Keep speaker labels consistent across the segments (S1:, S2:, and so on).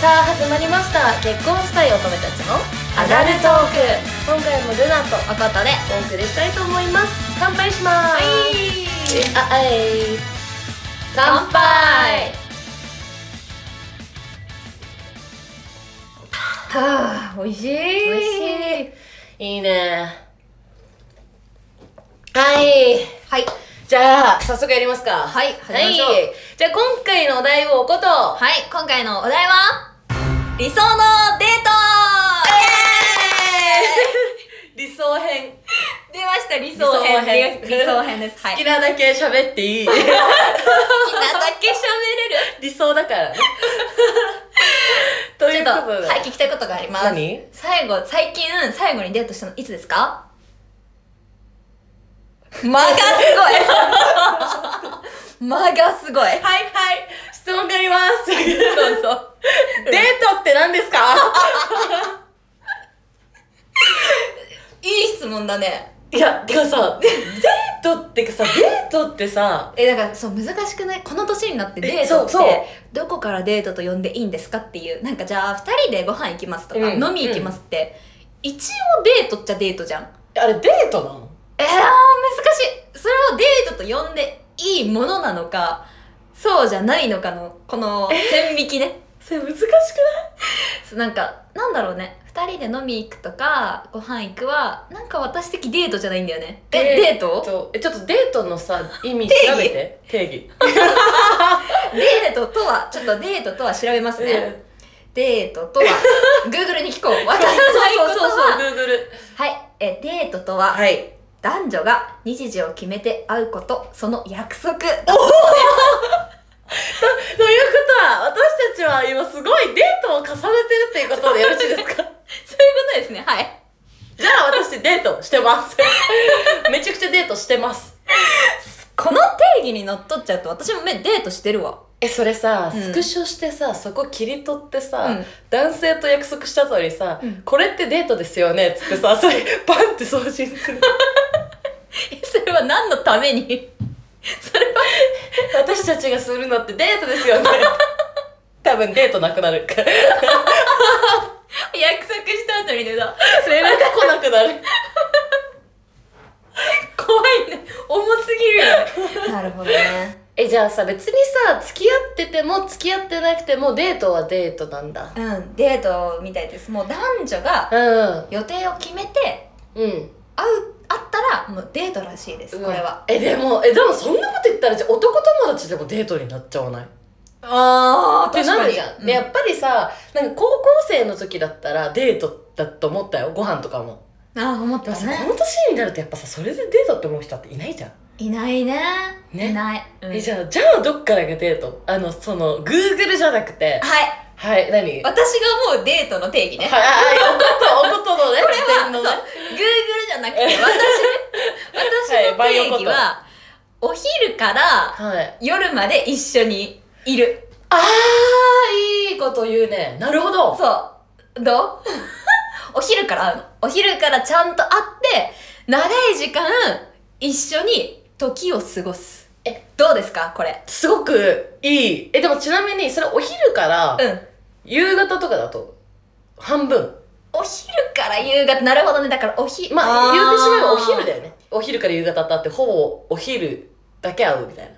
S1: さあ始まりました結婚したい乙女たちのアダルトーク今回もルナと赤田でお送りしたいと思います乾杯しますあはい乾杯
S2: はあ、美味しい。
S1: 美味しいいいねはい
S2: はい。
S1: じゃあ早速やりますかはい
S2: 始めましょう
S1: じゃあ今回のお題をおことは
S2: はい、今回のお題は、理想のデート
S1: い理想編
S2: 出ました、理想編です。
S1: 理
S2: 理
S1: 想
S2: 想編です。
S1: 好
S2: はい。
S1: きなだけ喋っていい
S2: 好きなだけ喋れる。
S1: 理想だから ねと
S2: ち
S1: い
S2: ょ
S1: う
S2: っと、
S1: ことで、
S2: はい、聞きたいことがあります。
S1: 何
S2: 最後、最近、最後にデートしたのいつですか間がすごい 間がすごい
S1: はいはい質問があり ますどうぞデートって何ですか
S2: いい質問だね。
S1: いやてかさデートってかさデートってさ
S2: え、だから、そう、難しくないこの年になってデー
S1: そ
S2: ト
S1: う
S2: っ
S1: そう
S2: て、どこからデートと呼んでいいんですかっていう。なんか、じゃあ、二人でご飯行きますとか、
S1: うん
S2: 飲み行きますって、一応デートっちゃデートじゃん。
S1: あれデートなの
S2: えー、難しい。それをデートと呼んでいいものなのか、そうじゃないのかの、この線引きね。
S1: それ難しく
S2: なんか、なんだろうね。二人で飲み行くとか、ご飯行くは、なんか私的デートじゃないんだよね。え、
S1: デ
S2: デート
S1: そうえちょっとデートのさ意味調
S2: 定義
S1: べて定義
S2: デートとは、ちょっとデートとは調べますね。デート とは、Google に聞こう。わか
S1: そう
S2: らないこ
S1: そう
S2: と
S1: そう そう
S2: は。
S1: グーグル
S2: はい。え、デートとは、
S1: はい
S2: 男女が日時を決めて会うこと、その約束。
S1: ということは私たちは今すごいデートを重ねてるっていうことでよろしいですか
S2: そういうことですね。はい。
S1: じゃあ私デートしてます めちゃくちゃデートしてます
S2: この定義にのっとっちゃうと、私もめデートしてるわ。
S1: えそれさ、
S2: うん
S1: スクショしてさそこ切り取ってさ、
S2: うん
S1: 男性と約束した後にさ、
S2: うん
S1: これってデートですよね」っつって さそれパンって送信する
S2: え それは何のために それは、
S1: 私たちがするのってデートですよ ね多分デートなくなる
S2: 約束した後にねさ、
S1: 連絡来なくなる
S2: 怖いね。重すぎる。なるほどね。
S1: えじゃあさ別にさ付き合ってても付き合ってなくてもデートはデートなんだ
S2: うん、デートみたいです。もう男女が
S1: うん
S2: 予定を決めて、
S1: うん
S2: 会う、会ったら、もうデートらしいです、これは。
S1: えでもえでもそんなこと言ったらじゃあ男友達でもデートになっちゃわない
S2: あ
S1: ってなるじゃん、でや
S2: や
S1: っぱりさなんか高校生の時だったらデートだと思ったよご飯とかも
S2: あー思っ
S1: で
S2: て
S1: もさ、
S2: ますね
S1: この年になるとやっぱさそれでデートって思う人っていないじゃん、
S2: いないね
S1: ね
S2: いない、うん
S1: えじゃあじゃあどっからがデートあのそのグーグルじゃなくて
S2: はい
S1: はい何はい
S2: 私が思うデートの定義ね
S1: はいはいおことおことのね
S2: これは
S1: 視点
S2: そ
S1: の
S2: う
S1: ね
S2: Google じゃなくて 私ね私の定義はお昼から
S1: はい
S2: 夜まで一緒にいる
S1: あーいいこと言うねなるほど
S2: そう どうお昼から会うのお昼からちゃんと会って長い時間一緒に時を過ごす
S1: え
S2: どうですかこれ
S1: すごくいいえでもちなみにそれお昼から
S2: うん
S1: 夕方とかだと半分
S2: お昼から夕方なるほどねだからおひ
S1: まあ言ってしまえばお昼
S2: で
S1: だよねお昼から夕方ってあってほぼお昼だけ会うみたい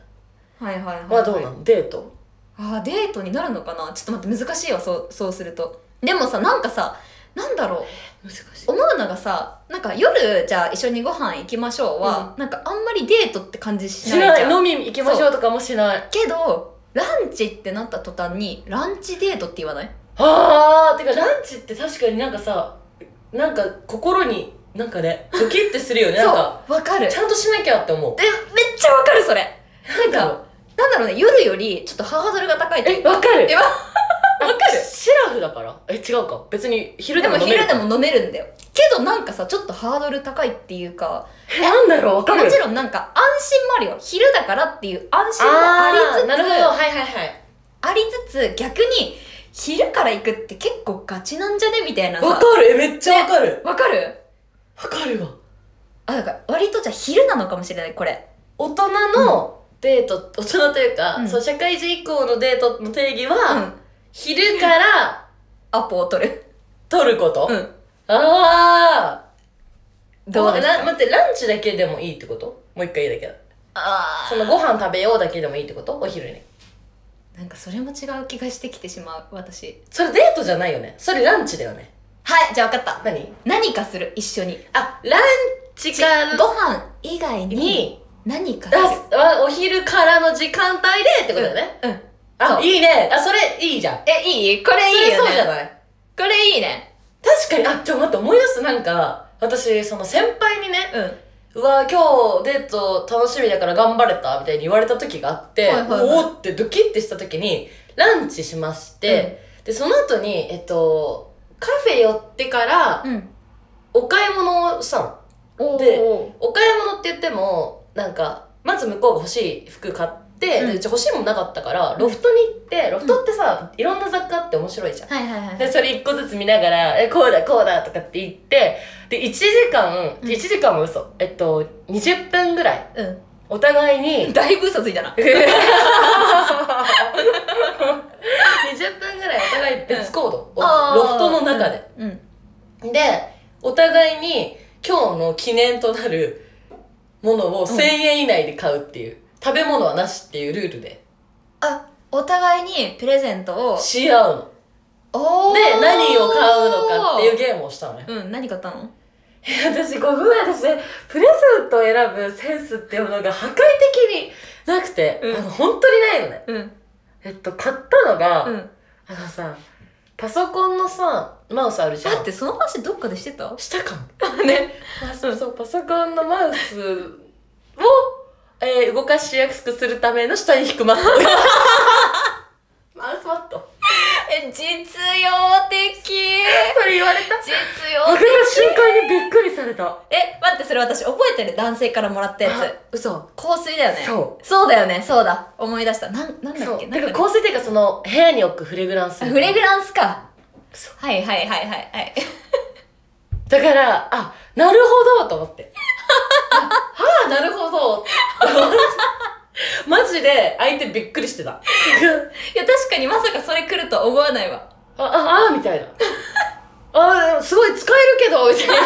S1: な
S2: はいはいはい、はい、
S1: はどうなのデート
S2: あーデートになるのかなちょっと待って難しいわそうそうするとでもさなんかさなんだろ
S1: 難し
S2: う思うのがさなんか夜じゃあ一緒にご飯行きましょうは、なんかあんまりデートって感じ
S1: し
S2: しない
S1: な
S2: じゃ
S1: い
S2: ん
S1: 飲み行きましょうとかもしない
S2: けどランチってなった途端にランチデートって言わない
S1: あーてかランチって確かになんかさなんか心になんかねドキッてするよね
S2: そ
S1: なん
S2: う
S1: か
S2: わかるえ
S1: ちゃんとしなきゃって思う
S2: めっちゃわかるそれなん
S1: なん
S2: かなんだろうね夜よりちょっとハードルが高い
S1: え わかる
S2: えわわかる
S1: シラフだからえ違うか別に昼
S2: で
S1: でも
S2: も
S1: 飲める
S2: 昼でも飲めるんだよけどなんかさちょっとハードル高いっていうか
S1: えなんだろうわかる
S2: もちろんなんか安心もあるよ昼だからっていう安心もあり
S1: ー
S2: つつ
S1: なるほどはいはいはい
S2: ありつつ逆に昼から行くって結構ガチなんじゃねみたいなさ
S1: わかるえめっちゃわかる
S2: わかる
S1: わかるわ
S2: あだから割とじゃあ昼なのかもしれないこれ
S1: 大人のデート、大人というか、
S2: うん
S1: そう社会人以降のデートの定義は、
S2: うん
S1: 昼から
S2: アポを取る。
S1: 取ること、
S2: う
S1: あ
S2: ん。
S1: あー
S2: どうです
S1: お
S2: か
S1: な待ってランチだけでもいいってこともう一回言うだけど
S2: あ
S1: そのご飯食べようだけでもいいってことお昼に
S2: ーなんかそれも違う気がしてきてしまう、私。
S1: それデートじゃないよねそれランチだよね
S2: はい、じゃあ分かった。
S1: 何
S2: 何かする、一緒に。
S1: あランチから
S2: ご飯以外に
S1: に
S2: 何かす
S1: 出
S2: る。
S1: すはお昼からの時間帯でってことだよね、
S2: うん。
S1: あ
S2: そう
S1: いいねあそれいいじゃん
S2: え、いいこれ
S1: そ
S2: いい
S1: れ
S2: よ
S1: そうじゃ
S2: ね。
S1: ない
S2: これいいね。
S1: 確かにあちょっと待って思い出すなんか私その先輩にね
S2: うん。
S1: うわ今日デート楽しみだから頑張れたみたいに言われた時があって、
S2: はいはいはい
S1: おおってドキッてした時にランチしまして、でその後にえっとカフェ寄ってから
S2: うん。
S1: お買い物をしたの
S2: お
S1: で
S2: ー。
S1: お買い物って言ってもなんかまず向こうが欲しい服買って、
S2: うん
S1: でうち欲しいもんなかったからロフトに行ってロフトってさ、いろんな雑貨あって面白いじゃん
S2: はいはいはい。
S1: で、それ一個ずつ見ながら、え、こうだ、こうだ、とかって言って、で、1時間、
S2: うん
S1: 1時間も嘘。えっと、20分ぐらい。
S2: う
S1: お互いに
S2: ん。、だいぶ嘘ついたな。
S1: 20分ぐらいお互い別行動。お
S2: あー
S1: ロフトの中で。。
S2: うん。うん
S1: で、お互いに、今日の記念となるものを
S2: うん
S1: 1000円以内で買うっていう。食べ物はなしっていうルールで、
S2: あ、お互いにプレゼントを。
S1: し合うの。
S2: おー
S1: で、何を買うのかっていうゲームをしたのよ。
S2: うん、何買ったの
S1: 私ごめん私ねプレゼントを選ぶセンスっていうものが破壊的になくて、
S2: うん
S1: あの本当にないのね
S2: うん。
S1: えっと買ったのが、
S2: うん。
S1: あのさパソコンのさマウスあるじゃん
S2: だってその話どっかでし てた
S1: したかも
S2: ね。
S1: あそうそうパソコンのマウスを、えー動かしやすくするための下に引くマウ スマウスマット
S2: え、実用 的
S1: それ言われた
S2: 実
S1: 分
S2: 用
S1: かった瞬間にびっくりされた
S2: え、待って、それ私覚えてる男性からもらったや
S1: あ
S2: つ。嘘。香水だよね。。
S1: そう
S2: そうだよね、そうだ。思い出した。なん、なんだ
S1: そ
S2: っ
S1: う
S2: け
S1: だか
S2: なん
S1: ら香水っていうかその部屋に置くフレグランス
S2: あフレグランスか
S1: そ。
S2: はいはいはいはいはい。
S1: だから、あ、なるほどと思 って。あ、はあ、なるほど。 マジで相手びっくりしてた。 あ、
S2: いや、確かにまさかそれ来るとは思わないわ。
S1: あ、あ、み たいな。あ、すごい使えるけど、みたい な。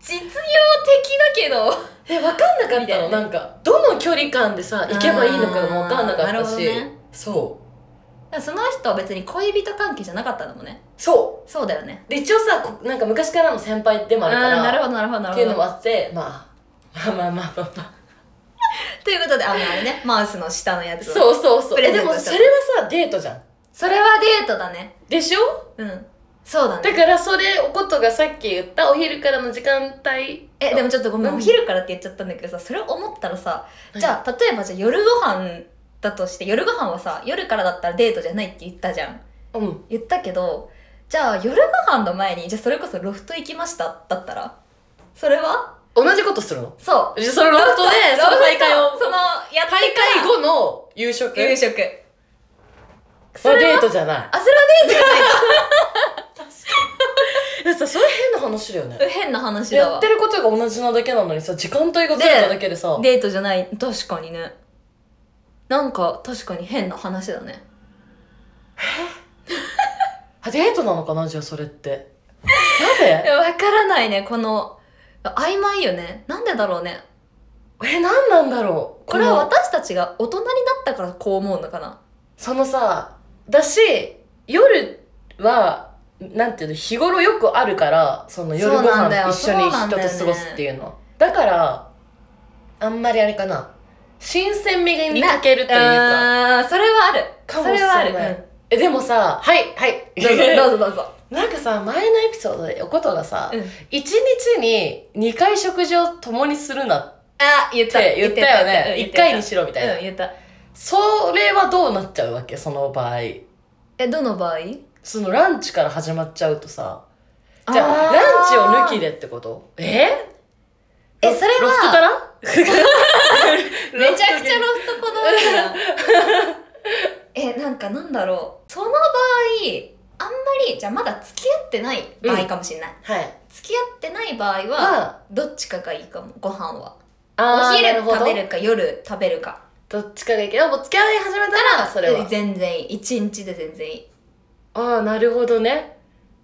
S2: 実用的だけど。
S1: え、わかんなかっ
S2: み
S1: た
S2: たい
S1: の。
S2: な
S1: なんか、どの距離感でさ、行けばいいのかもわかんなか
S2: あー
S1: った
S2: なるほど
S1: し。
S2: ね
S1: そう。
S2: だからその人は別に恋人関係じゃなかったのもね。
S1: そ
S2: そうだよね。
S1: う。で、一応さ、こなんか昔からの先輩でもあるか
S2: あーなる
S1: ら、
S2: ほどなるほどなる
S1: って
S2: ほど。
S1: いうのもあって、まあ、まあまあまあまあまあ。
S2: ということで、あの、あれね、マウスの下のやつを。
S1: そうそうそう。
S2: プ
S1: え、
S2: レ
S1: で
S2: ゼン
S1: も
S2: トした
S1: それはさ、デートじゃん。
S2: それはデートだね。
S1: でしょ
S2: うん。そうだね。
S1: だからそれおことがさっき言ったお昼からの時間帯
S2: え、でもちょっとごめん、
S1: うん
S2: お昼からって言っちゃったんだけどさ、それを思ったらさ、
S1: 何
S2: じゃあ、例えばじゃあ夜ご飯だとして、夜ご飯はさ、夜からだったらデートじゃないって言ったじゃん。
S1: うん
S2: 言ったけど、じゃあ夜ご飯の前に、じゃあそれこそロフト行きましただったらそれは
S1: 同じことするの
S2: そう。
S1: じゃあその ロフトでその大会
S2: ロ
S1: を
S2: フトその、やって
S1: 大会後の夕食
S2: から夕食。そ
S1: は
S2: れ
S1: デ
S2: は
S1: ートじゃない
S2: あ、それはデートじゃない
S1: いやさそれ変な話だよね
S2: か変な話だ
S1: やっ
S2: わ
S1: て。ることが同じなだけなのにさ時間帯がずれただけでさ
S2: デートじゃない確かにねなんか確かに変な話だね
S1: あデートなのかなじゃあそれってなぜ
S2: わからないねこの曖昧よねなんでだろうね
S1: え何なんだろう
S2: これは
S1: の
S2: 私たちが大人になったからこう思うのかな
S1: そのさだし夜はなんていうの日頃よくあるからその夜ご
S2: そうなんだ
S1: 飯
S2: よ
S1: 一緒に
S2: そうな
S1: 人
S2: ん
S1: と
S2: だよね
S1: 過ごすっていうのだからあんまりあれかな新鮮みりんに欠けるというか
S2: あーそれはある
S1: かも
S2: そ
S1: しれ
S2: れはある、
S1: ないえでもさはいはい
S2: うんどうぞどうぞどうぞ、
S1: なんかさ前のエピソードでおことがさ
S2: うん、
S1: 一、日に2回食事を共にするなっ
S2: あ言った
S1: て言ったよね1回に
S2: し
S1: しろみたいな、
S2: うん言った
S1: それはどうなっちゃうわけその場合
S2: えどの場合
S1: そのランチから始まっちゃうとさじゃあ、ランチを抜き
S2: で
S1: でってことえ
S2: えそれは
S1: ロフトから
S2: めちゃくちゃ
S1: ロ
S2: ロフトこだわるな えなんかなんだろうその場合あんまりじゃあまだ付き合ってない場合かもしれない、
S1: フトはい。
S2: 付き合ってない場合は
S1: は、
S2: どっちかがいいかもご飯は
S1: あ
S2: お
S1: ー
S2: 昼食べ。
S1: なほど
S2: るか夜食べるか
S1: どっちかがいいけどもう付き合い始めたらそれは
S2: 全然いい一日で全然いい
S1: ああなるほどね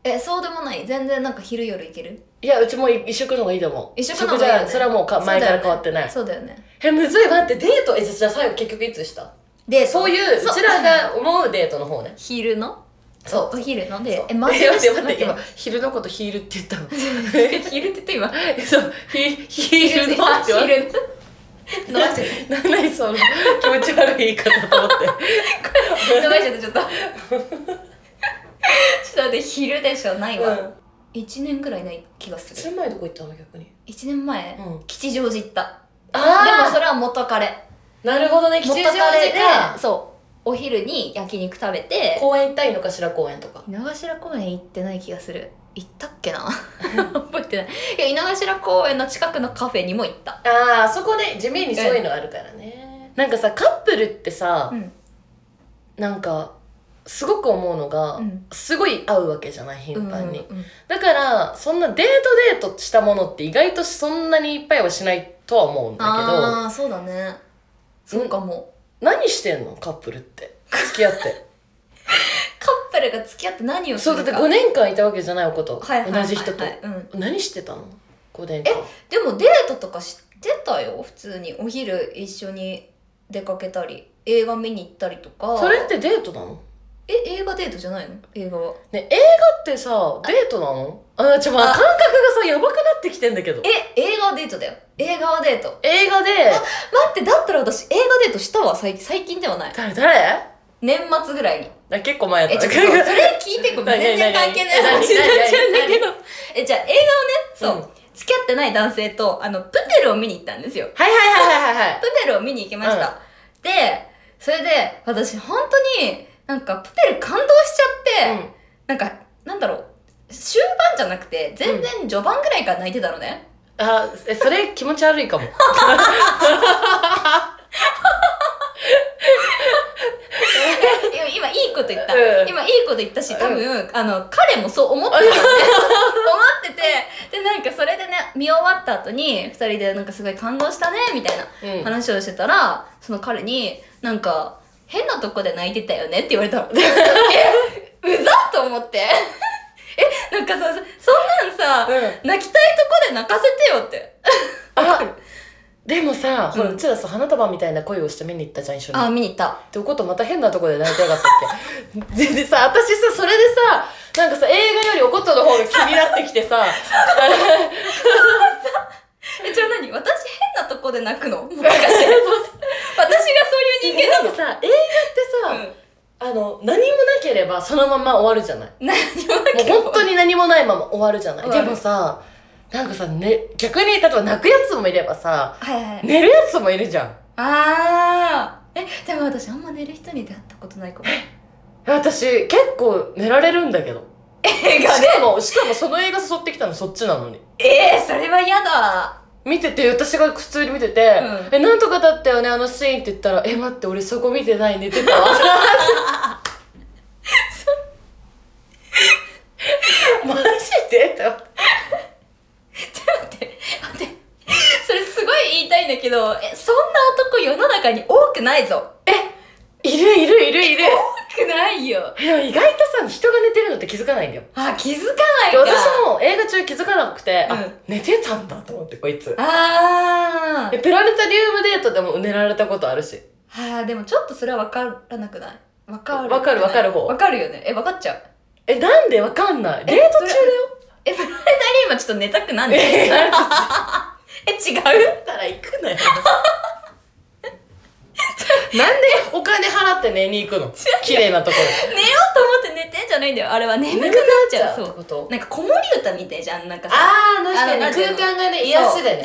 S2: えそうでもない全然なんか昼夜いける
S1: いやうちも一一食の方がいいと思う
S2: 一食の方がいいよね
S1: 食じゃそれはもうか前から変わってない、
S2: そうだよね
S1: えむずい待ってデートえじゃあ最後結局いつした
S2: で
S1: そういうう
S2: そう
S1: ちらが思うデートの方ね
S2: 昼の
S1: そう
S2: お昼の
S1: そ
S2: で
S1: う
S2: えマジ
S1: え
S2: で
S1: 待って待って
S2: ちょ
S1: 今
S2: と
S1: 昼のことヒールって言った の
S2: 待って 昼って言って今
S1: え そうヒヒールの
S2: あ
S1: って言われ
S2: 昼の 伸ばしちゃった
S1: な何その気持ち悪い言い方と思って
S2: 伸ばしちゃったちょっとちょっと待って昼でしょないわ、
S1: うん
S2: 1年くらいない気がす
S1: そ
S2: る
S1: れ前どこ行ったの逆に
S2: 1年前、
S1: うん
S2: 吉祥寺行ったでも
S1: あ
S2: それは元彼
S1: あなるほどね吉
S2: 元
S1: 祥寺
S2: 彼で
S1: か
S2: そうお昼に焼肉食べて
S1: 公園行ったいのかしら公園とか
S2: 井の頭公園行ってない気がする行ったっけな覚えてないいや井の頭公園の近くのカフェにも行った
S1: ああそこで地味にそういうのあるからねなんかさカップルってさ
S2: うん
S1: なんかすごく思うのが
S2: うん
S1: すごい合うわけじゃない頻繁に
S2: うんうん
S1: だからそんなデートデートしたものって意外とそんなにいっぱいはしないとは思うんだ
S2: ああそうだねそうかも
S1: けど何してんのカップルって付き合って
S2: カップルが付き合って何をす
S1: そう
S2: る
S1: だ
S2: か
S1: って5年間いたわけじゃないおこと
S2: はいはいはいは
S1: 同
S2: い
S1: じ人と
S2: うん
S1: 何してたの5年間
S2: でもデートとかしてたよ普通にお昼一緒に出かけたり映画見に行ったりとか
S1: それってデートなの
S2: え映画デートじゃないの映画は
S1: ね映画ってさデートなのあちょっとまあ
S2: あ
S1: 感覚がさやばくなってきてんだけど
S2: え映画はデートだよ映画はデート
S1: 映画で
S2: 待ってだったら私映画デートしたわ最近最近ではない
S1: 誰誰
S2: 年末ぐらいに
S1: あ結構前や
S2: え
S1: った
S2: ちょっとそう それ聞いてごめん全然関係ない話になっちゃうんだけどえじゃあ映画をねそう、付き合ってない男性とあのプペルを見に行ったんですよ
S1: はいはいはいはいはいはい
S2: プペルを見に行きました、
S1: う
S2: でそれで私本当になんかプペル感動しちゃって、なんかなんだろう終盤じゃなくて全然序盤ぐらいから泣いてたのね、
S1: あえそれ気持ち悪いか も
S2: いや今いいこと言った、
S1: うん
S2: 今いいこと言ったし多分、あの彼もそう思ってたよね思っててでなんかそれでね見終わった後に2人でなんかすごい感動したねみたいな
S1: うん
S2: 話をしてたらその彼になんか変なとこで泣いてたよねって言われ たのえうざっと思って えなんかさそんなんさ、
S1: う
S2: 泣きたいとこで泣かせてよって
S1: あでもさ、ほら
S2: うん
S1: うちらさ花束みたいな恋をして見に行ったじゃん一緒に
S2: あ見に行った
S1: ってことまた変なとこで泣いてなかったっけ 全然さ私さそれでさなんかさ映画よりおことの方が気になってきてさ
S2: えじゃあ何私変なとこで泣くのもしかして 私がそういう人
S1: な
S2: 間
S1: んかさ映画
S2: な
S1: って
S2: の、
S1: さ、あの何もなければそのまま終わるじゃない
S2: うん、何もな
S1: もう
S2: ければ
S1: 本当に何もないまま終わるじゃない。
S2: 終わ
S1: で
S2: る
S1: もさ、なんかさ、ね、逆に、例えば泣くやつもいればさ、
S2: はいはい、
S1: 寝るやつもいるじゃん。
S2: ああえでも私あんま寝る人に出会ったことないか も
S1: 私、結構寝られるんだけど。
S2: 映
S1: しかも、しかもその映画誘ってきたのそっちなのに。
S2: えー、それは嫌だ
S1: 見てて、私が普通に見てて、
S2: うん
S1: え、なんとかだったよね、あのシーンって言ったら、え、待って、俺そこ見てない、寝てたわ。マジでと思って
S2: 待って待ってそれすごい言いたいんだけどえそんな男世の中に多くないぞ
S1: いるいるいるいる。
S2: 多くないよ
S1: いや、意外とさ、人が寝てるのって気づかないんだよ。
S2: あ気づかない
S1: で
S2: か
S1: 私も映画中気づかなくて、
S2: う
S1: あ
S2: ん
S1: 寝てたんだと思ってこいつ
S2: あー
S1: でプラネタリウムデートでも寝られたことあるし
S2: あーでもちょっとそれは分からなくない分かる
S1: わかるわかる方
S2: 分かるよねえ分かっちゃう
S1: えなんでわかんないデート中だよ
S2: えプラネタリウムはちょっと寝たくなんね
S1: え
S2: え
S1: なんか
S2: 違う
S1: たら行く なよなんでお金払って寝に行くの綺麗なところ
S2: 寝ようと思って寝てんじゃないんだよあれは眠くなっちゃう
S1: って
S2: そう
S1: こと
S2: なんか子守歌みたいじゃんなんかさ
S1: ああ
S2: あのなんていうの
S1: がね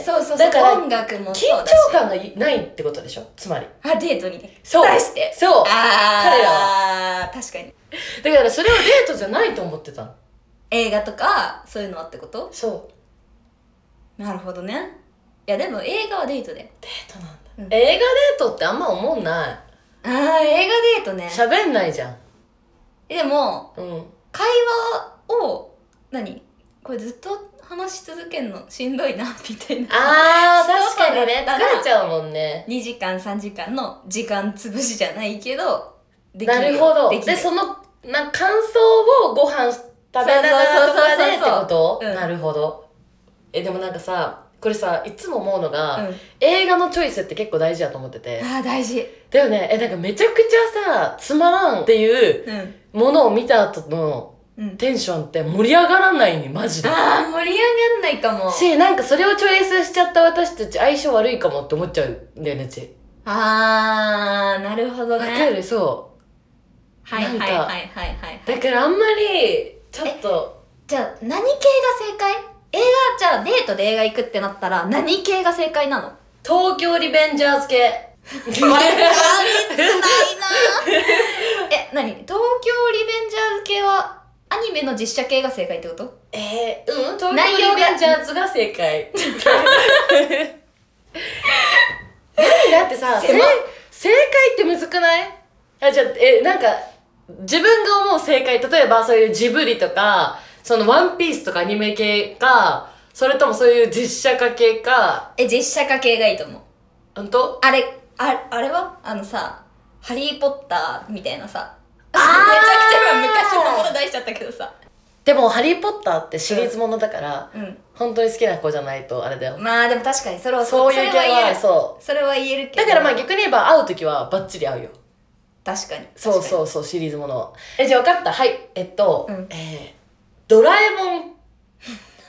S2: そうそうそう
S1: だから
S2: 音楽も
S1: 緊
S2: そうだし
S1: 張感がないってことでしょつまり
S2: あデートに
S1: そう
S2: 出して
S1: そう
S2: あ
S1: 彼
S2: ー
S1: ら
S2: 確かに
S1: だからそれをデートじゃないと思ってたの
S2: 映画とかそういうのはってこと
S1: そう
S2: なるほどねいやでも映画はデートで
S1: デートなんだ、
S2: うん
S1: 映画デートってあんま思んな
S2: ああ映画デート
S1: い
S2: ね
S1: 喋んないじゃん
S2: でも
S1: うん
S2: 会話を何これずっと話し続けるのしんどいなみたいな
S1: あー、
S2: そう
S1: 確かにね。
S2: だから
S1: 疲れちゃうもんね。
S2: 2時間3時間の時間潰しじゃないけどで
S1: なるほど。
S2: で
S1: で
S2: きる
S1: その、な、感想をご飯食べながらとかでってこと
S2: そうそうそうそううん
S1: なるほど。え、でもなんかさ、これさ、いつも思うのが、
S2: うん
S1: 映画のチョイスって結構大事だと思ってて。
S2: ああ大事
S1: だよね、え、なんかめちゃくちゃさ、つまらんっていう
S2: うん
S1: ものを見た後の
S2: うん
S1: テンションって盛り上がらないに、マジで。
S2: ああ盛り上がんないかも
S1: し、なんかそれをチョイスしちゃった私たち相性悪いかもって思っちゃうんだよね、うち。
S2: ああなるほど
S1: わか
S2: ね
S1: る、そう。
S2: はいはい
S1: なんか
S2: はいはいはいはい
S1: だからあんまり、ちょっと、
S2: じゃあ何系が正解映画じゃあデートで映画行くってなったら何系が正解なの
S1: 東京リベンジャ ーズ系。
S2: え何東京リベンジャーズ系はアニメの実写系が正解ってこと
S1: えー、うん、東
S2: 内
S1: 京
S2: 容が
S1: リベンジャーズが正解。何だってさ、
S2: せ
S1: せ正解ってむずくないあ、じゃあ、え、なんか、自分が思う正解、例えばそういうジブリとか、そのワンピースとかアニメ系か、それともそういう実写化系か、
S2: え実写化系がいいと思う
S1: ほんと
S2: あれああれはあのさ「ハリー・ポッター」みたいなさめちゃくち
S1: ー
S2: ゃ今昔のもの出しちゃったけどさ
S1: でも、ハリーポッターってシリーズものだから、
S2: うん
S1: 本当に好きな子じゃないと、あれだよ。
S2: まあでも確かにそれは
S1: そういう系
S2: それは言え
S1: は、
S2: る
S1: そう。
S2: それは言えるけ
S1: だ
S2: ど
S1: からまあ逆に言えば会う時はバッチリ会うよ
S2: 確かに
S1: そう
S2: う
S1: そうそうシリーズものえじゃあ分かったはいえっと、
S2: うん
S1: えードラえもん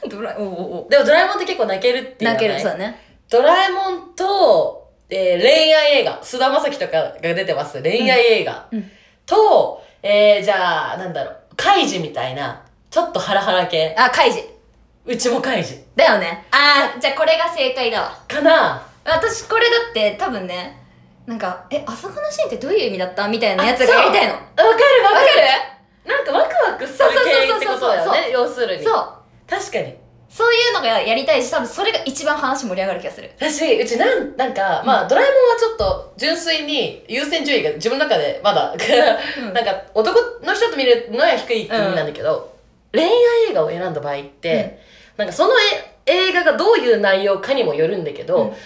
S2: ドラおうおうおう
S1: でもドラえもん って結構泣けるっていう
S2: 泣ける
S1: じ
S2: そう
S1: ゃ
S2: だね
S1: ドラえもんと、えー恋愛映画菅田将暉とかが出てます恋愛映画、
S2: うんうん
S1: と、えーじゃあなんだろうカイジみたいなちょっとハラハラ系
S2: あカイジ
S1: うちもカイジ
S2: だよねああじゃあこれが正解だわ
S1: かな
S2: 私これだって多分ねなんか「え朝霞のシーンってどういう意味だった?」みたいなやつがやりたいのわ
S1: わかるわか
S2: か
S1: るなんかワクワクする系ってことだよね要する
S2: る
S1: に
S2: そう
S1: 確かに
S2: そういうのがやりたいし多分それが一番話盛り上がる気がする
S1: 私うちなんなんか、まあドラえもんはちょっと純粋に優先順位が自分の中でまだ
S2: うん
S1: なんか男の人と見るのは低い気味なんだけど、恋愛映画を選んだ場合って、なんかそのえ映画がどういう内容かにもよるんだけど、
S2: うん
S1: 例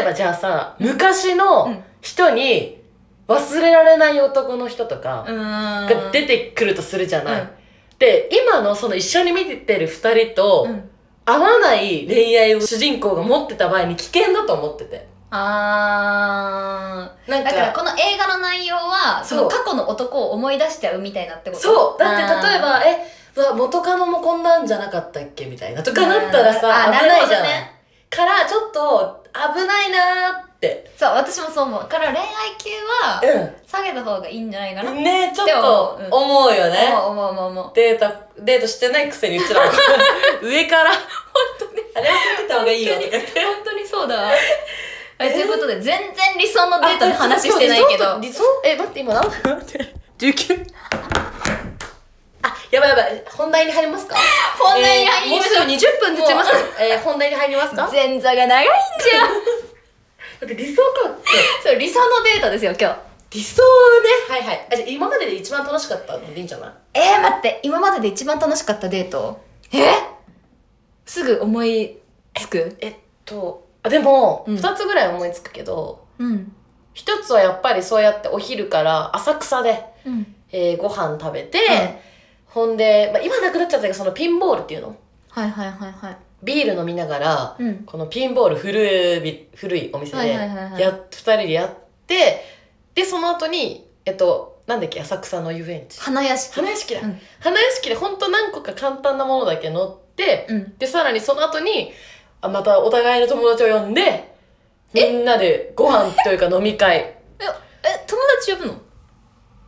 S1: えばじゃあさ昔
S2: う
S1: の
S2: ん
S1: 人に忘れられない男の人とか
S2: うん
S1: が出てくるとするじゃない。
S2: うん
S1: で今のその一緒に見てる二人と、
S2: うん
S1: 合わない恋愛を主人公が持ってた場合に危険だと思ってて。
S2: あー
S1: なんか
S2: だからこの映画の内容はそ
S1: そう
S2: の過去の男を思い出しちゃうみたいなってこと
S1: そうだって例え
S2: あ
S1: ば、え、うわ、元カノもこんなんじゃなかったっけみたいなとかなったら
S2: うん
S1: さ、
S2: あ
S1: 危ないじ
S2: なるほ
S1: ゃ
S2: ど
S1: ない、
S2: ね
S1: から、ちょっと危ないなーって。
S2: ーそう私もそう思うだから恋愛系は
S1: う
S2: 下げた方がいいんじゃないかな、
S1: ん。ねちょっと
S2: でも
S1: 思うよね。
S2: 思う思う思う思う
S1: データ、デートしてないくせにうちら も上から、本当に。あれは避けた方がいいよとか言って。
S2: 本当にそうだわはいということで全然理想のデートの話してないけど
S1: 理想え、待って、今何分待って。19? あ、やばいやばい。本題に入りますか
S2: 本題に入りまし
S1: え
S2: ょう
S1: ーもうすぐ20分経ちます。えー、本題に入りますか
S2: 前座が長いんじゃん
S1: だって理想かって。
S2: そう理想のデートですよ今日
S1: 理想ね。はいはい。あ、じゃあ今までで一番楽しかったのでいいんじゃない
S2: えー、待って今までで一番楽しかったデートえすぐ思いつく
S1: えっと、あ、でも、
S2: うん
S1: 二、つぐらい思いつくけど、
S2: うん
S1: 一つはやっぱりそうやってお昼から浅草で、
S2: うん
S1: えー、ご飯食べて、
S2: うん
S1: ほんで、まあ、今なくなっちゃったけど、そのピンボールっていうの
S2: はいはいはいはい
S1: ビール飲みながら、
S2: うん
S1: このピンボール古い、古いお店
S2: はい
S1: で、
S2: はいはいはい
S1: やっ、二人でやって、で、その後に、えっと、なんだっけ、浅草の遊園地。
S2: 花屋敷
S1: 花屋敷だ、
S2: うん
S1: 花屋敷でほんと何個か簡単なものだけ乗って、
S2: うん
S1: でさらにその後にあまたお互いの友達を呼んでみんなでご飯というか飲み会
S2: ええ友達呼ぶの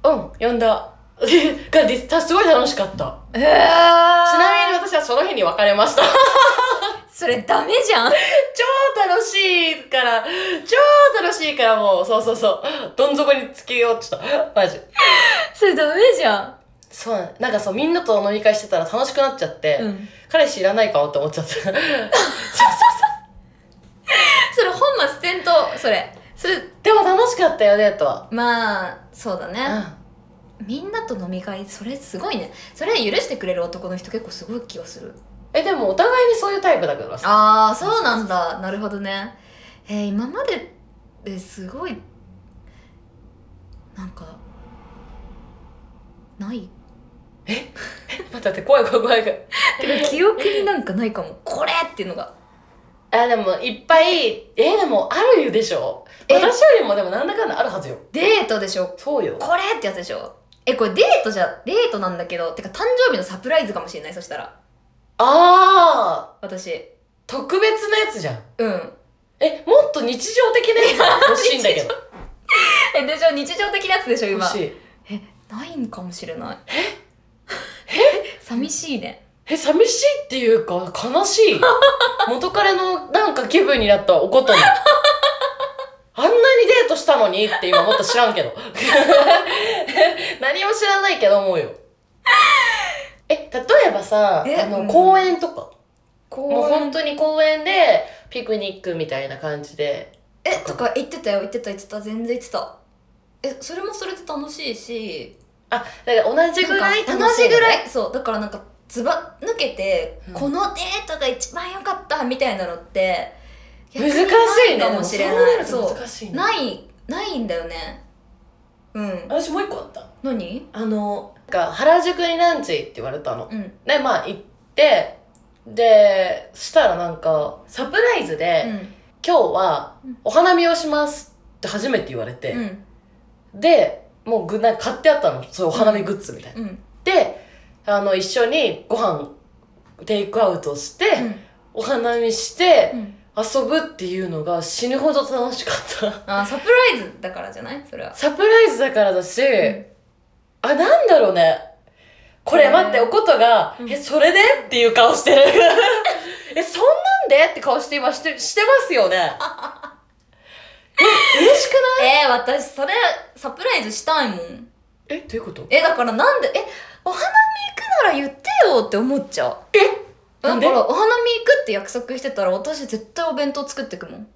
S1: うん呼んだ が実際すごい楽しかった
S2: えー、
S1: ち
S2: ち
S1: なみに私はその日に別れま した超
S2: それダメじゃん
S1: 楽しいから超楽しいからもうそうそうそうどん底につけようってたマジ
S2: それダメじゃん
S1: そうなんかそうみんなと飲み会してたら楽しくなっちゃって、
S2: うん
S1: 彼氏いらないかもって思っちゃった
S2: それ本末転倒それそれ
S1: でも楽しかったよデートは
S2: まあそうだね、
S1: う
S2: みんなと飲み会それすごいねそれ許してくれる男の人結構すごい気がする
S1: んえでもお互いにそういうタイプだからさ
S2: ああそうなんだなるほどねえー今までですごいなんかない
S1: 待って待って怖い怖い怖い怖い
S2: て か記憶になんかないかもこれっていうのが
S1: あでもいっぱいえでもあるでしょ
S2: え
S1: 私よりもでもなんだかんだあるはずよ
S2: デートでしょ
S1: そうよ
S2: これってやつでしょえこれデートじゃデートなんだけどてか誕生日のサプライズかもしれないそしたら
S1: ああ
S2: 私
S1: 特別なやつじゃん
S2: うん
S1: えもっと日常的なや つ欲しいんだけど
S2: えでしょ日常的なやつでしょ
S1: 欲
S2: 今
S1: しい
S2: ないんかもしれないええ寂しいね
S1: え寂しいっていうか悲し い元彼のなんか気分になったおことに あんなにデートしたのにって今もっと知らんけど 何も知らないけど思うよえ例えばさ
S2: え
S1: あ
S2: う
S1: の
S2: ん
S1: 公園とか、もう
S2: もうほん
S1: 本当に公園でピクニックみたいな感じで
S2: えとか言ってたよ言ってた言ってた全然言ってたえそれもそれで楽しいし
S1: あだから同じぐらい
S2: なん
S1: 楽
S2: か同
S1: しい、
S2: じ
S1: ね、
S2: ぐらいそうだからなんかずば抜けて、
S1: うん
S2: このデートが一番良かったみたいなのって
S1: 難しいね
S2: 逆になかもしれ
S1: でもそう
S2: な
S1: ないると
S2: そう
S1: 難しいね
S2: ないないんだよねうん
S1: 私もう一個あった
S2: 何
S1: あのなんか原宿にランチって言われたの
S2: うん
S1: でまあ行ってでしたらなんかサプライズで
S2: う
S1: 「
S2: ん
S1: 今日は
S2: うん
S1: お花見をします」って初めて言われ
S2: う
S1: て、
S2: ん
S1: でもうぐなんか買ってあったのそういうお花見グッズみたいな。
S2: うん
S1: であの一緒にご飯テイクアウトして、
S2: うん
S1: お花見して
S2: うん
S1: 遊ぶっていうのが死ぬほど楽しかっ
S2: あーサプライズだからじゃないそれは
S1: たサプライズだからだし、
S2: ん
S1: あなんだろうねこ
S2: え
S1: れ
S2: ー
S1: 待って、おことが、
S2: うん
S1: え、それでっていう顔 してる。え、そんなんでって顔して今して、してますよ ね。え、嬉しくない
S2: えー、私それサプライズしたいもん
S1: え、どういうこと
S2: えだからなんでえお花見行くなら言ってよって思っちゃう
S1: えな
S2: だか
S1: んで
S2: らお花見行くって約束してたら私絶対お弁当作ってくもん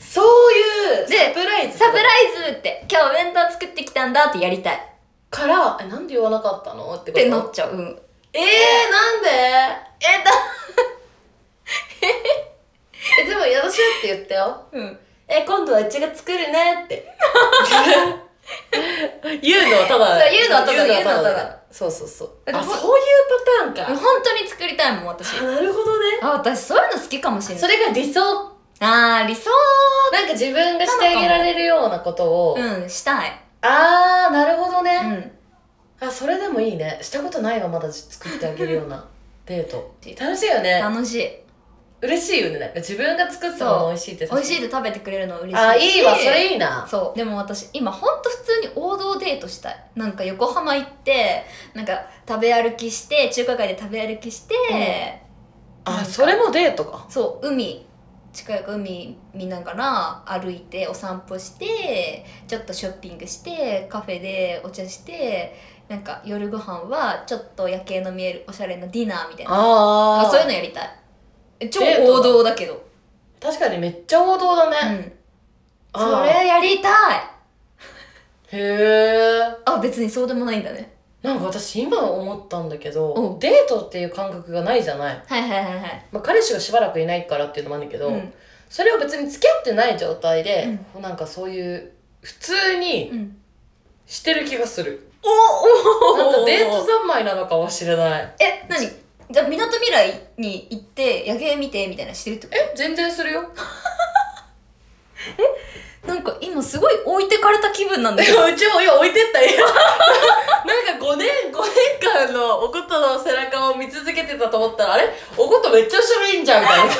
S1: そういう、
S2: で
S1: サプライズ。
S2: サプライズって今日お弁当作ってきたんだってやりたいっ
S1: から、え、なんで言わなかったのってこと
S2: てなっちゃううん
S1: えー、なんで
S2: えだ
S1: え、でも、やだしって言ったよ。
S2: うん
S1: え、今度はうちが作るねって。 言うのはただ
S2: そう言うのはた
S1: 言う
S2: だ
S1: のは
S2: 言うのはただ
S1: そうそうそう。
S2: だから
S1: あ、そういうパターンか。
S2: 本当に作りたいもん私
S1: あなるほどね
S2: あ私そういうの好きかもしれな
S1: そ
S2: い
S1: れが理想
S2: あー理想
S1: なんか自分がしてあげられるようなことを、
S2: うんしたい
S1: あーなるほど
S2: う
S1: ね、
S2: ん
S1: あそれでもいいねしたことないがまだ作ってあげるようなデート楽しいよね
S2: 楽しい
S1: 嬉しいよねなんか自分が作ったもの美味しいって
S2: 美味しいって食べてくれるのは嬉しい
S1: あーいいわ
S2: し
S1: それいいな
S2: そうでも私今ほんと普通に王道デートしたいなんか横浜行ってなんか食べ歩きして中華街で食べ歩きして、なん
S1: あ
S2: か
S1: それもデートか
S2: そう海近く海見ながら歩いてお散歩してちょっとショッピングしてカフェでお茶してなんか夜ご飯はちょっと夜景の見えるおしゃれなディナーみたいな
S1: あ
S2: なん
S1: あ
S2: かそういうのやりたいえ超
S1: デートだ
S2: 王道だけど
S1: 確かにめっちゃ王道
S2: う
S1: だね、
S2: ん
S1: あ
S2: そ
S1: ー
S2: れやりたい
S1: へえ
S2: あ別にそうでもないんだね
S1: なんか私今思ったんだけど、
S2: うん
S1: デートっていう感覚がないじゃない、
S2: はいはいはいはい
S1: まあ、彼氏がしばらくいないからっていうのもあるんだけど、
S2: うん
S1: それを別に付き合ってない状態で、なんかそういう普通に
S2: うん
S1: してる気がする、
S2: おお
S1: なんかデート三昧なのかもしれない
S2: え何じゃあみなとみらいに行って夜景見てみたいなしてるってこ
S1: え全然す るよ
S2: となんか今すごい置いてかれた気分なん
S1: う
S2: だ
S1: ち
S2: けど
S1: も今置いてったよ なんか5年5年間のおことの背中を見続けてたと思ったらあれおことめっちゃ一緒いいんじゃんみたいな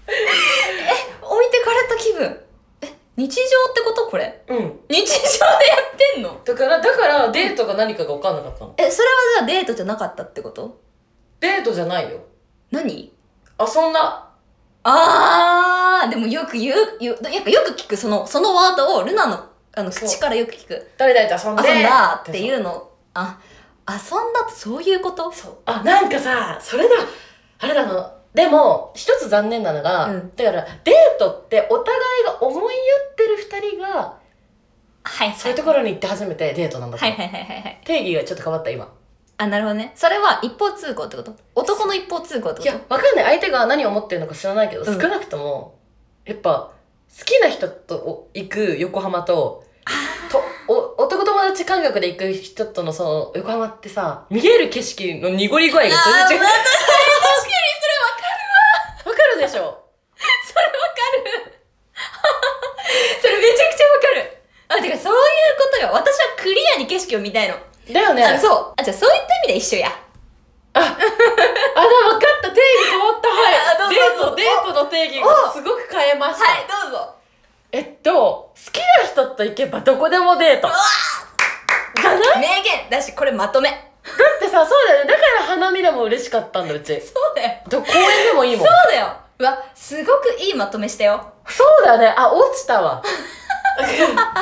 S2: 置いてかれた気分え日常ってことこれ
S1: うん
S2: 日常でやってんの
S1: だからだからデートが何かが分かんなかったの
S2: えそれはじゃあデートじゃなかったってこと
S1: デートじゃないよ
S2: 何
S1: 遊んだ
S2: あーでもよく言うよよくよく聞くそのそのワードをルナのあの
S1: そう
S2: 口からよく聞く
S1: 誰々と遊んで
S2: 遊んだっていううのあ遊んだってそういうこと
S1: そう。あ、なんかさ、それだ。あれだの。でも、一つ残念なのが、
S2: うん
S1: だから、デートってお互いが思いやってる二人が、
S2: はい
S1: そう
S2: はい
S1: いうところに行って初めてデートなんだと
S2: は
S1: 思
S2: いうはいはいはいはい
S1: 定義がちょっと変わった、今。
S2: あなるほどねそれは一方通行ってこと男の一方通行って
S1: い
S2: こと
S1: や、わかんない。相手が何を思ってるのか知らないけど、
S2: うん
S1: 少なくとも、やっぱ、好きな人と行く横浜と、とお男友達感覚で行く人とのその横浜ってさ、見える景色の濁り具合が 全然違う。わかるでしょ
S2: それめちゃくちゃわかるあてかそういうことよ私はクリアに景色を見たいの、
S1: だよね。
S2: あそうあじゃあそういった意味で一緒や
S1: あ、でも分かった。定義変わった。
S2: あど
S1: は
S2: う
S1: い。デ
S2: ぞ
S1: ート、デートの定義がすごく変えました。
S2: どうぞ
S1: えっと、好きな人と行けばどこでもデート。じゃないだっ
S2: 名言だしこれまとめ
S1: てさ、そうだよね。だから花見でも嬉しかったんだ、うち。
S2: そうだよ
S1: ど公園でもいい
S2: そ
S1: も。
S2: うんだようわすごくいいまとめしたよ
S1: そうだよね。あ、落ちたわ。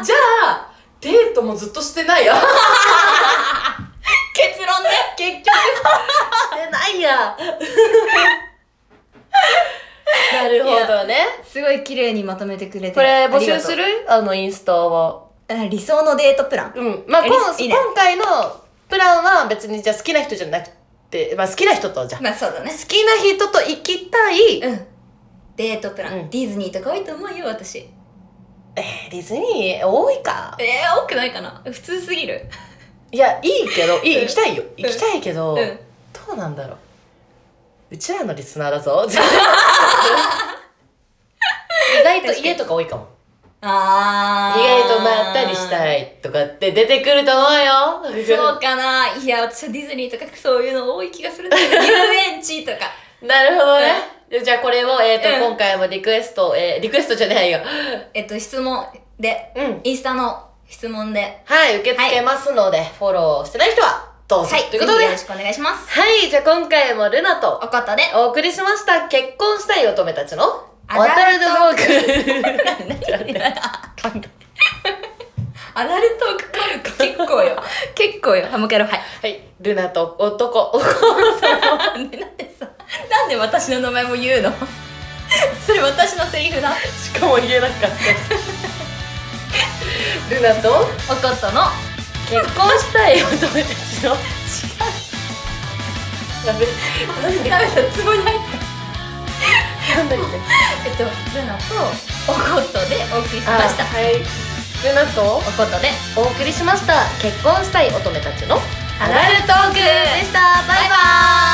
S1: じゃあ、デートもずっとしてないよ。
S2: 結論ね
S1: 結局。
S3: してないや
S1: なるほどね。
S2: すごい綺麗にまとめてくれて
S1: これ募集
S2: あ
S1: す
S2: りが
S1: るあの、インスタは。
S2: とうあ理想のデートプラン
S1: うん。まあ、
S2: え
S1: こん
S2: いいね
S1: 今回のプランは別にじゃあ好きな人じゃなくて、まあ好きな人とじゃん。好
S2: まあそうだね
S1: きな人と行きたい。
S2: うんデートプラン、
S1: うん
S2: ディズニーとか多いと思うよ私
S1: えー、ディズニー多いか。
S2: えー、多くないかな普通すぎる
S1: いや、いいけど、いい、
S2: うん
S1: 行きたいよ。行きたいけど、
S2: うん
S1: どうなんだろう。うちらのリスナーだ ぞ。意外と家とか多いかも。
S2: あ
S1: 意
S2: ー
S1: 外とまったりしたいとかって出てくると思うよ。
S2: そうかないや私はディズニーとかそういうの多い気がするんだ けど遊園地とか
S1: なるほどね。じゃあこれを、えっ、と、
S2: うん
S1: 今回もリクエスト、えーリクエストじゃないよ。
S2: えっと質問で
S1: うん。
S2: インスタの質問で
S1: はい、受け付けますので、フォローしてない人は、どうぞ。
S2: はい
S1: ということで。
S2: ぜひよ
S1: は
S2: ろしくお願いします
S1: い、じゃあ今回もルナと
S2: おことで
S1: お送りしました、結婚したい乙女たちの、
S2: アダル
S1: アダルト
S2: ト
S1: トーク。
S2: アダルトークカルカ結構よ結構よハムカロはい
S1: はい、ルナと男。
S2: なんでなんでさなんで私の名前も言うのそれ私のセリフだ
S1: しかも言えなか った。ルナと
S2: おことの
S1: 結婚したい乙女たちの。やべ、
S2: 食べたつぼに入った
S1: なんだ っけ。
S2: えっとルナとおことでお送りしました
S1: はい。ルナと
S2: おことで
S1: お送りしました。結婚したい乙女たちの。
S2: アダルトークでしたバイバイ